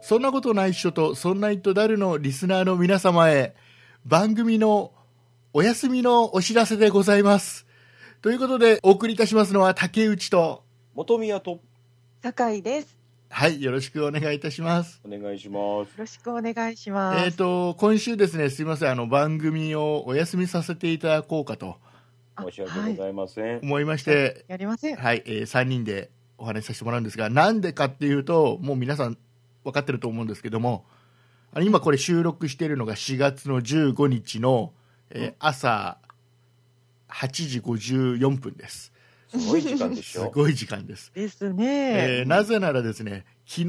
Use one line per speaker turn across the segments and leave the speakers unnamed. そんなことないっしょと、そんな糸だるのリスナーの皆様へ、番組のお休みのお知らせでございます。ということで、お送りいたしますのは竹内と、
元宮と
酒井です。
はい、よろしくお願いいたします。
お願いします
よろしくお願いし
え
ま
っ、
す。
と、今週ですね、すいません、あの、番組をお休みさせていただこうかと
あ
申し訳ご
は
ざいません、
思いまして
い、、やりません。
はい、えー3人でお話しさせてもらうんですが、なんでかっていうと、もう皆さん分かってると思うんですけども、あの今これ収録しているのが4月の15日の、えー
うん
朝8時54分です。
すごい時間でし
す
ょ
ごい時間です。
です
え
ね。
ーなぜならですね、昨日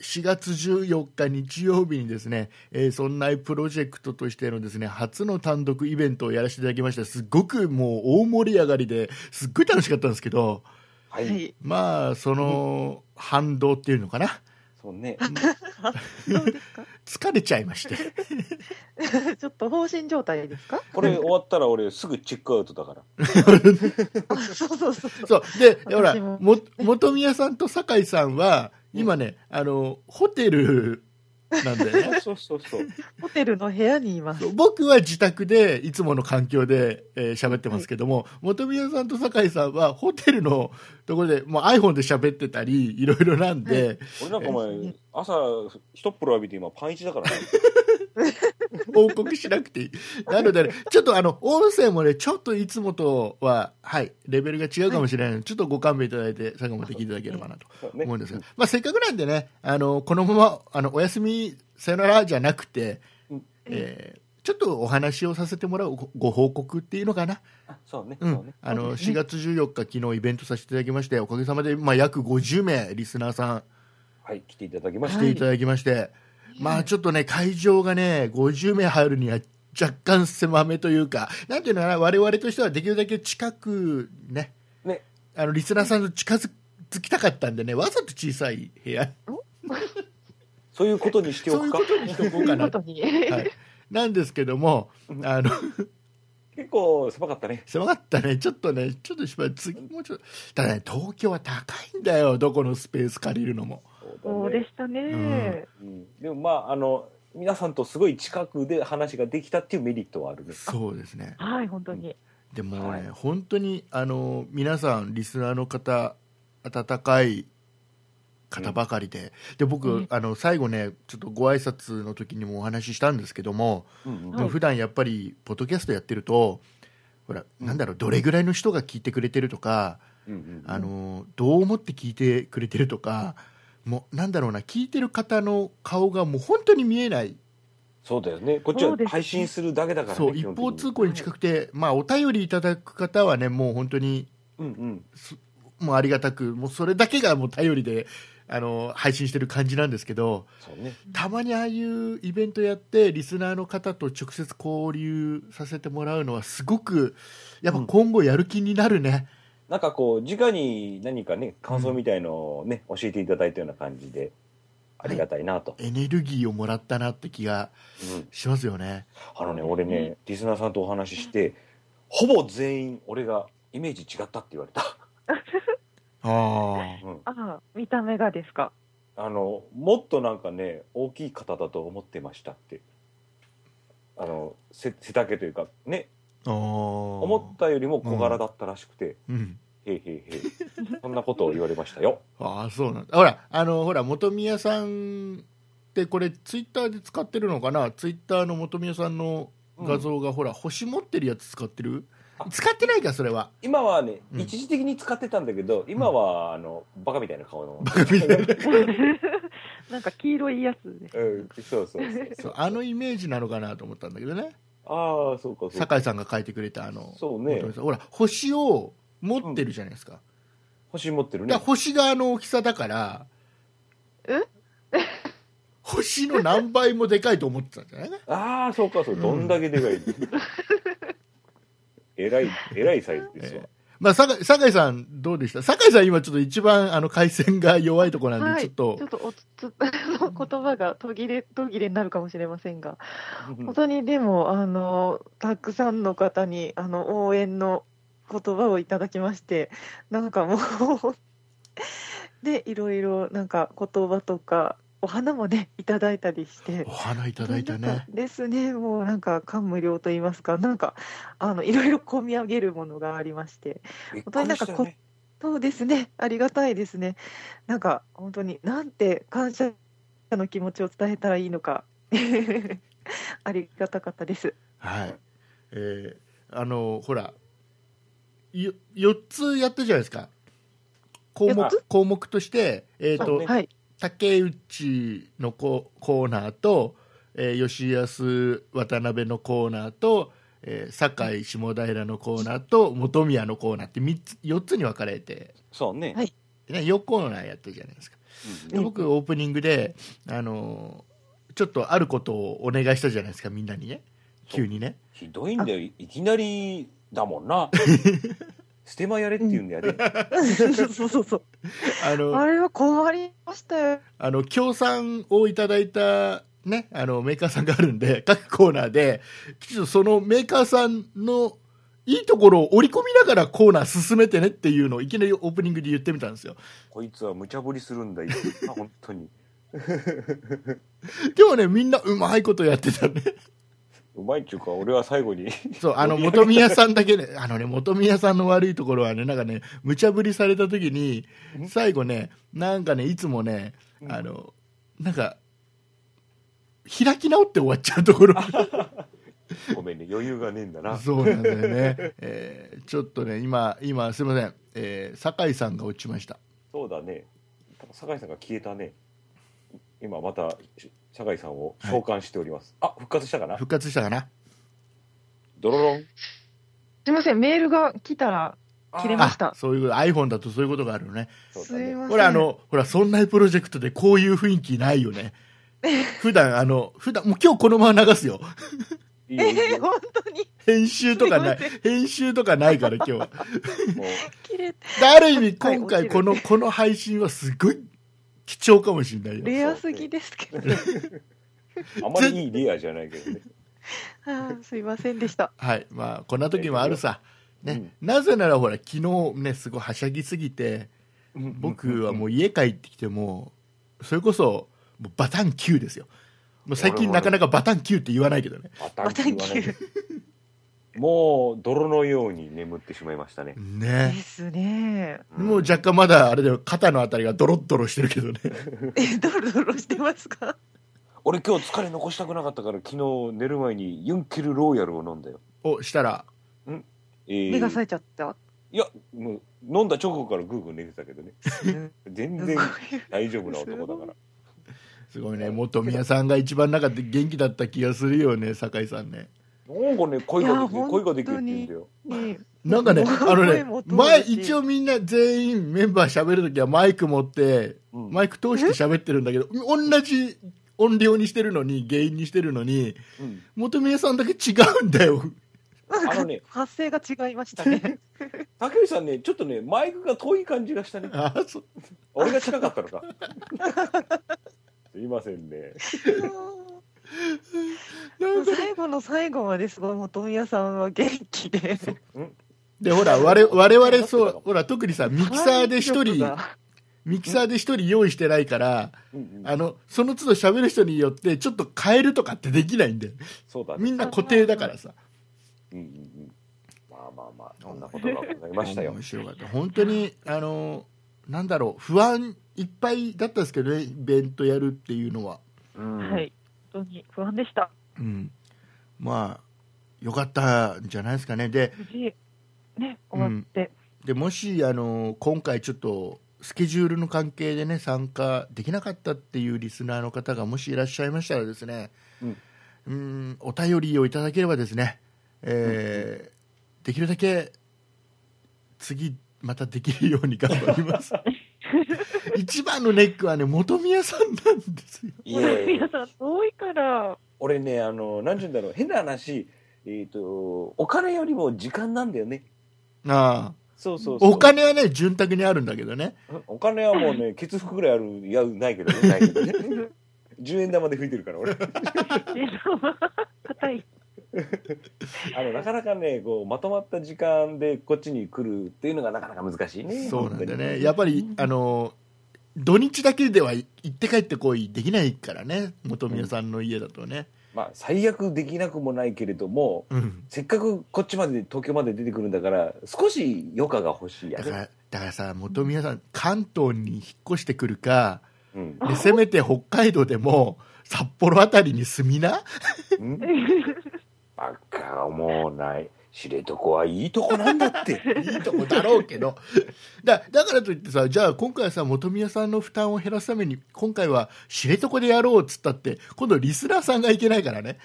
4月14日日曜日にですね、えー、そんなプロジェクトとしてのですね、初の単独イベントをやらせていただきました。すごくもう大盛り上がりで、すっごい楽しかったんですけど、
は
はいい。
まあその反動っていうのか な
そうね
どうですか。
疲れちゃいまして
ちょっと放心状態ですか。
これ終わったら俺すぐチェックアウトだから
あそうそうそう。
そうでほら
私も
も元宮さんと酒井さんは今ね、あのホテルなんでね
そうそうそうそう
ホテルの部屋にいます。
僕は自宅でいつもの環境で喋、えー喋ってますけども、元宮さんと酒井さんはホテルのところでもう iPhone で喋ってたりいろいろなんで、
俺なんかお前朝一っ風呂浴びて今パンイチだからね
報告しなくていい。なので、ね、ちょっとあの、音声もね、ちょっといつもとは、はい、レベルが違うかもしれないので、ちょっとご勘弁いただいて、最後まで聞いていただければなと
そう
思うんで
ね
すが、まあ、せっかくなんでね、あの、このまま、あの、お休み、さよならじゃなくて
うん、
えーちょっとお話をさせてもらうごご報告っていうのかな、
あそうね、
う
そうね
ん、あ
そう
の
です
4
ね
月14日、昨日イベントさせていただきまして、おかげさまで、まあ、約50名、リスナーさん、
はい来ていただきま
来
した、
ていただきまして、まあちょっとね、会場がね、50名入るには若干狭めというか、なんていうのかな、我々としてはできるだけ近くね、
ね
あのリスナーさんと近づきたかったんでね、わざと小さい部屋、
そういうことにしてお
そうい
く
う
か
ことにしておこうか
こ
な、
とに。
はい、なんですけども、あの
結構狭かったね
狭かったね、ちょっとね、ちょっとしばらく次、もうちょっと、ただね、東京は高いんだよ、どこのスペース借りるのも。
そうでしたね。
うん、でもまああの皆さんとすごい近くで話ができたっていうメリットはあるね
そうですね
はい、本当に。
でもね、
はい
本当にあの皆さんリスナーの方温かい方ばかりで、で僕、
うん
あの最後ねちょっとご挨拶の時にもお話ししたんですけども、
うんうん
でも普段やっぱりポッドキャストやってるとほら、なんだろうどれぐらいの人が聞いてくれてるとか、
うんうん
あのどう思って聞いてくれてるとかもうなんだろうな聞いてる方の顔がもう本当に見えない
そうだよねこっちは
そうですね
配信するだけだから、ね、
そう
基
一
本的に
方通行に近くて、まあ、お便りいただく方はねもう本当に
うんうん
もうありがたく、もうそれだけがもう頼りで、あの、配信してる感じなんですけど、
そうね
たまにああいうイベントやって、リスナーの方と直接交流させてもらうのはすごく、やっぱ今後やる気になるね。
なんかこう直に何かね感想みたいのをね、教えていただいたような感じでありがたいなと、
エネルギーをもらったなって気が
うん、
しますよね。
あのね俺ねリスナーさんとお話ししてほぼ全員俺がイメージ違ったって言われた、
あ
うん、
ああ、見た目がで すか。
あのもっとなんかね大きい方だと思ってましたってあのせ背丈というかね
あ。思
思ったよりも小柄だったらしくて、
た。うん。
へいへいへいそんなことを言われましたよ
ああ、そうなんだ。ほら、あの、ほら、元宮さんってこれツイッターで使ってるのかなツイッターの元宮さんの画像がほら星持ってるやつ使ってる
あ
使ってないかそれ は
今はね、
うん
一時的に使ってたんだけど今はあの バカみたいな顔の
なんか黄色いやつです。
うんそうそう
そ
そうう
あのイメージなのかなと思ったんだけどね
ああそうかそうか
酒井さんが書いてくれたあの
そうね
元宮さんほら星を持ってるじゃないですか,、
星持ってる
だから
ね
星があの大きさだから
え
星の何倍もでかいと思ってたんじゃないね
ああそうかそううんどんだけでか いえらいえらいサイズですわ
えまあ、酒井酒井さん、どうでした酒井さん、今ちょっと一番あの回線が弱いところなんで、
はい。
ちょっ
ちょ
と
っとおつつ 言葉が途切れ途切れになるかもしれませんが。
うん
本当にでもあのたくさんの方にあの応援の言葉をいただきまして なんかもうでいろいろなんか言葉とかお花もねいただいたりして
お花いただいた
なん
ね
かですねもうなんか感無量と言いますかなんかあのいろいろ込み上げるものがありまして
びっ
本当になんかこ
くりしたよね
そうですねありがたいですねなんか本当になんて感謝の気持ちを伝えたらいいのか ありがたかったです
はいえーあのほらよ4つやったじゃないですか項目
四つ
項目として、えー
そう
と
ね
はい
竹内のココーナーと、えー吉安渡辺のコーナーと、えー酒井下平のコーナーと本宮のコーナーって三つ4つに分かれて、
そうね、
はい
ね、4コーナーやったじゃないですか
う
で
ん
僕オープニングで、あのーちょっとあることをお願いしたじゃないですかみんなにね急にね
ひどいんだよいきなりだもん なステマやれって言うんだよね、
そうそうそう。
あ
あ
の
れは困りましたよ。
あの協賛をいただいたね、あのメーカーさんがあるんで各コーナーでちょっとそのメーカーさんのいいところを織り込みながらコーナー進めてねっていうのをいきなりオープニングで言ってみたんですよ
こいつは無茶ぶりするんだよあ本当に
でもねみんなうまいことやってたね
うまいっていうか俺は最後に
そう、あの、元宮さんだけね、 あのね、元宮さんの悪いところはね、なんかね、無茶ぶりされた時に、最後ね、なんかね、いつもね、あの、なんか、開き直って終わっちゃうところ。
ごめんね余裕がねえんだな
そうなんだよね。えーちょっとね、今、今、すいません。えー酒井さんが落ちました。
そうだね酒井さんが消えたね今またし酒井さんを召喚しております、あ復活したかな
復活したかな
ドロロン
すいません、メールが来たら、切れました
あそういうこと、iPhone だとそういうことがあるよね。
そう
す
だ
い
ね
ません。
ほら、あ、の、ほら、そんなプロジェクトでこういう雰囲気ないよ ね。普段、あの、普段、もう今日このまま流すよ。
いい
え
よいい
ー、
よ
本当に
編集とかない
すいま
編集とかないから今日
もう
切れて、
である意味
はい
今回
落ち
こ
る
のこの配信はすごい貴重かもしれないよ
レアすぎですけ ど、ね、
あまりいいリアじゃないけどね
あーすいませんでした。
はいまあこんな時もあるさね、
う
なぜならほら昨日ねすごいはしゃぎすぎて 僕はもう家帰ってきてもそれこそもうバタン Q ですよもう最近なかなかバタン Q って言わないけどね
バタ
ま
ン
た
キ
9
ューはねもう泥のように眠ってしまいましたね、
で
ね
すね。
ん
もう若干まだあれだよ肩のあたりがドロッドロしてるけどね
え、ドロドロしてますか
俺今日疲れ残したくなかったから昨日寝る前にユンケルローヤルを飲んだよ、
おしたら
えー
目が冴えちゃった。
いやもう飲んだ直後からグーグー寝てたけどね
す
全
ごい
然大丈夫な男だから
すごいね元宮さんが一番中で元気だった気がするよね酒井さんね
なんかね恋ができ
いや
る恋ができるって言うんだよ
ね
なんかね、
もう
あのね
声も、通るし
前、一応みんな全員メンバー喋るときはマイク持って、
うん
マイク通して喋ってるんだけど、同じ音量にしてるのに、原因にしてるのに、
うん
元宮さんだけ違うんだよ。
あのね
発声が違いました ね。
竹内さんねちょっとねマイクが遠い感じがしたね
あそう
俺が近かったのかすいませんね
なんか
最後の最後まですごい元宮さんは元気で。
で、ほら、我々、我々そう、ほら、特にさ、ミキサーで一
体力
人、
が
ミキサーで一人用意してないから、
うんうん
あの、その都度喋る人によって、ちょっと変えるとかってできないんだよ。
そうだ
み
ね
んな固定だからさ。
うんうんうんまあまあまあそんなことがございましたよ
面白かった本当にあのなんだろう不安いっぱいだったんですけどねイベントやるっていうのは、
うん
はい、本当に不安でした。
うん、まあよかったんじゃないですかねで
無事ね終わって、
でもしあの今回ちょっとスケジュールの関係でね参加できなかったっていうリスナーの方がもしいらっしゃいましたらですね、
うん
うんお便りをいただければですね、えーできるだけ次またできるように頑張ります一番のネックはね元宮さんなんですよ
い
もう
やいや
皆さん遠いから
俺ねあの何て言うんだろう変な話えっ、とお金よりも時間なんだよね
ああ
そうそうそう
お金はね潤沢にあるんだけどね
お金はもうね血服ぐらいあるいやないけどねないけどね 10円玉で吹いてるから俺
硬い
あのなかなかねこうまとまった時間でこっちに来るっていうのがなかなか難しいね
そうなんだよねやっぱりあの土日だけでは行って帰ってこいできないからね本宮さんの家だとね、
まあ最悪できなくもないけれども
うん、
せっかくこっちまで東京まで出てくるんだから少し余暇が欲しいや
だ
ね
からだからさ本宮さん関東に引っ越してくるか
うん
でせめて北海道でも札幌あたりに住み な
うんバカ思わない知床はいいとこなんだって
いいとこだろうけどだだからといってさじゃあ今回さ本宮さんの負担を減らすために今回は知床でやろうっつったって今度リスナーさんがいけないからね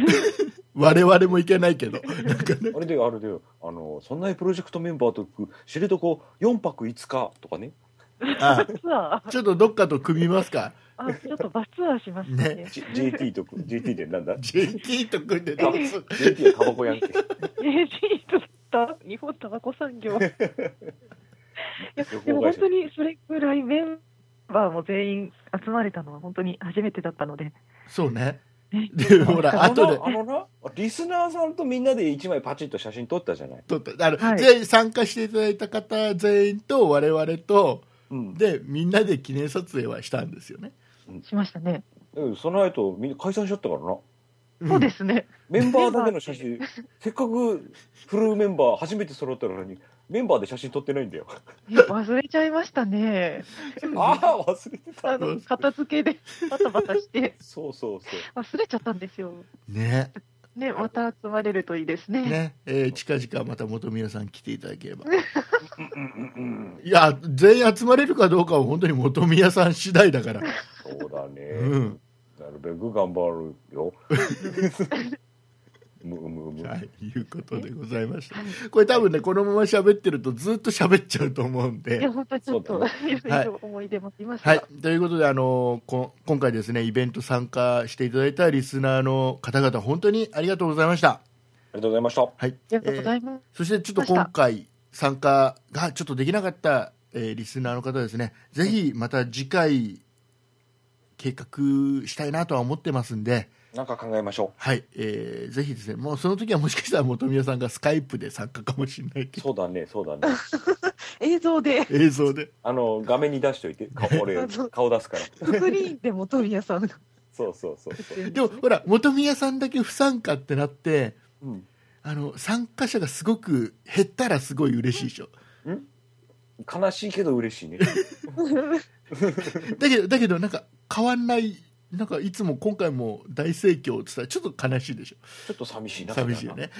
我々もいけないけどなんかね
あれであれであのそんなプロジェクトメンバーと行く知床4泊5日とかね
あ
ツアー
ちょっとどっかと組みます か
あちょっとバスツアーしますね
ね
J- JT と JT で なんだ
JT と組んで
タ
ど
バ
うすん
JT はタバコやんけ
えちょっと日本タバコ産業いやでも本当にそれぐらいメンバーも全員集まれたのは本当に初めてだったので、
そうね
ね
でほら
あ
後で
のなあのなリスナーさんとみんなで一枚パチッと写真撮ったじゃない、
とってあの、
はい
全員参加していただいた方全員と我々と
うん、
でみんなで記念撮影はしたんですよね、
しましたね。
その後みんな解散しちゃったからな
そうですすね。
メンバーだけの写 真せっかくフルメンバー初めて揃ったのにメンバーで写真撮ってないんだ よ
いや忘れちゃいましたね。
ああ忘れて
あ
た
の片付けでバタバタして
そうそうそう
忘れちゃったんですよ。
ね
ね、また集まれるといいですね。
ね、えー近々また本宮さん来ていただければ
うんうん
いや全員集まれるかどうかは本当に本宮さん次第だ から、
そうだね、
うん
なるべく頑張る よむむむ
はい、いうことでございましたこれ多分ねこのまま喋ってるとずっと喋っちゃうと思うん
いや
で。
本当にちょっと、
そうだ
いろいろ思い出もありますが、
はい、ということで、あのこ今回ですねイベント参加していただいたリスナーの方々本当にありがとうございました。
ありがとうございました
はい、
ありがとうござ
えー
います。
そしてちょっと今回参加がちょっとできなかった、えーリスナーの方ですねぜひまた次回計画したいなとは思ってますんで、
なんか考えましょ
はいえーぜひですねもうその時はもしかしたら本宮さんがスカイプで参加かもしれないけど
うそうだねそうだね
映像で
映像で
あの画面に出しといて顔 俺顔出すから
スクリーンでも富谷さんが
そうそうそうそう、
でもほら本宮さんだけ不参加ってなって
うん、
あの参加者がすごく減ったらすごい嬉しいでしょ
悲しいけど嬉しいね
だけどだけどなんか変わんないなんかいつも今回も大盛況って言ったらちょっと悲しいでしょ
ちょっと寂しいな
寂しいよね。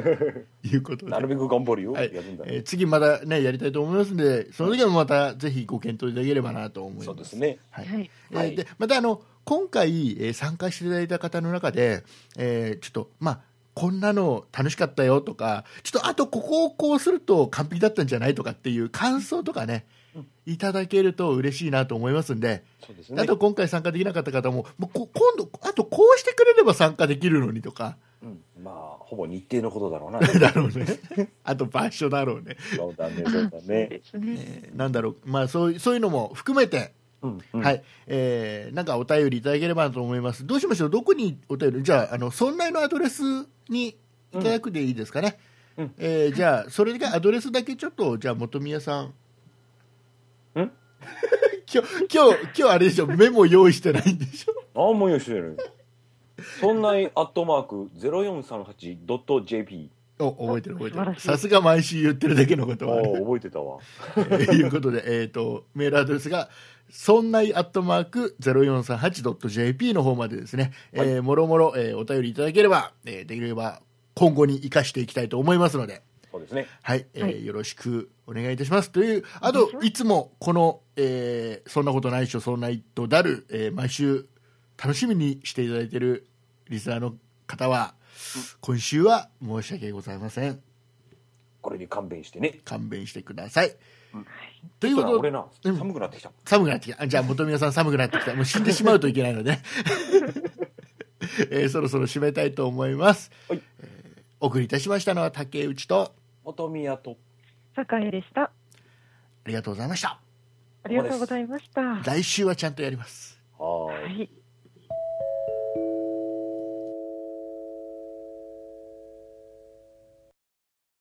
いうことで
なるべく頑張るよ、
はい
やるんだね、
えー次またねやりたいと思いますのでその時はまたぜひご検討いただければなと思います。
そうですね
はい
はい、
えー
はい
でまたあの今回、えー参加していただいた方の中で、えーちょっとまあこんなの楽しかったよとかちょっとあとここをこうすると完璧だったんじゃないとかっていう感想とかね、
うん
いただけると嬉しいなと思いますんで、
そうですね
あと今回参加できなかった方ももうこ今度あとこうしてくれれば参加できるのにとか。
うん、まあほぼ日程のことだろうな
だろうね。あと場所だろうね。
そうだねそうだ
そう
ね、
ですね。
えーなんだろう、まあ、そういうそういうのも含めて、
うんうん
はいえーなんかお便りいただければなと思います。どうしましょう、どこにお便り、じゃあ、あの村内のアドレスにいただくでいいですかね。
うん
えーじゃあ、それがアドレスだけちょっと、じゃあ、本宮さん。
ん
今日、今日、今日あれでしょ、メモ用意してないんでしょ。
ああもう用意してるそんなアットマーク 0438.jp
お覚えてる覚えて
素晴
る
らしい
さすが毎週言ってるだけのこ
あ
とはあ
あ
る
覚えてたわ
と いうことで、えー、とメールアドレスがそんないアットマーク 0438.jp の方までですね、
はい
えーもろもろ、えーお便りいただければ、えーできれば今後に生かしていきたいと思いますので、
そうですね
はいえー
はい
よろしくお願いいたしますというあといつもこの、えーそんなことないっしょそんないとだる、えー毎週楽しみにしていただいているリスナーの方は今週は申し訳ございません
これに勘弁してね
勘弁してください、
うん
という
ほ
こ
ら
とで
俺な
うん
寒くなってきた、
寒くなってきた。じゃあ、元宮さん寒くなってきた。もう死んでしまうといけないので、ね えーそろそろ締めたいと思います。
はい
えーお送りいたしましたのは竹内と、
元宮と
酒井でした。
ありがとうございました。
ありがとうございました。は
来週はちゃんとやります。
はーい
い。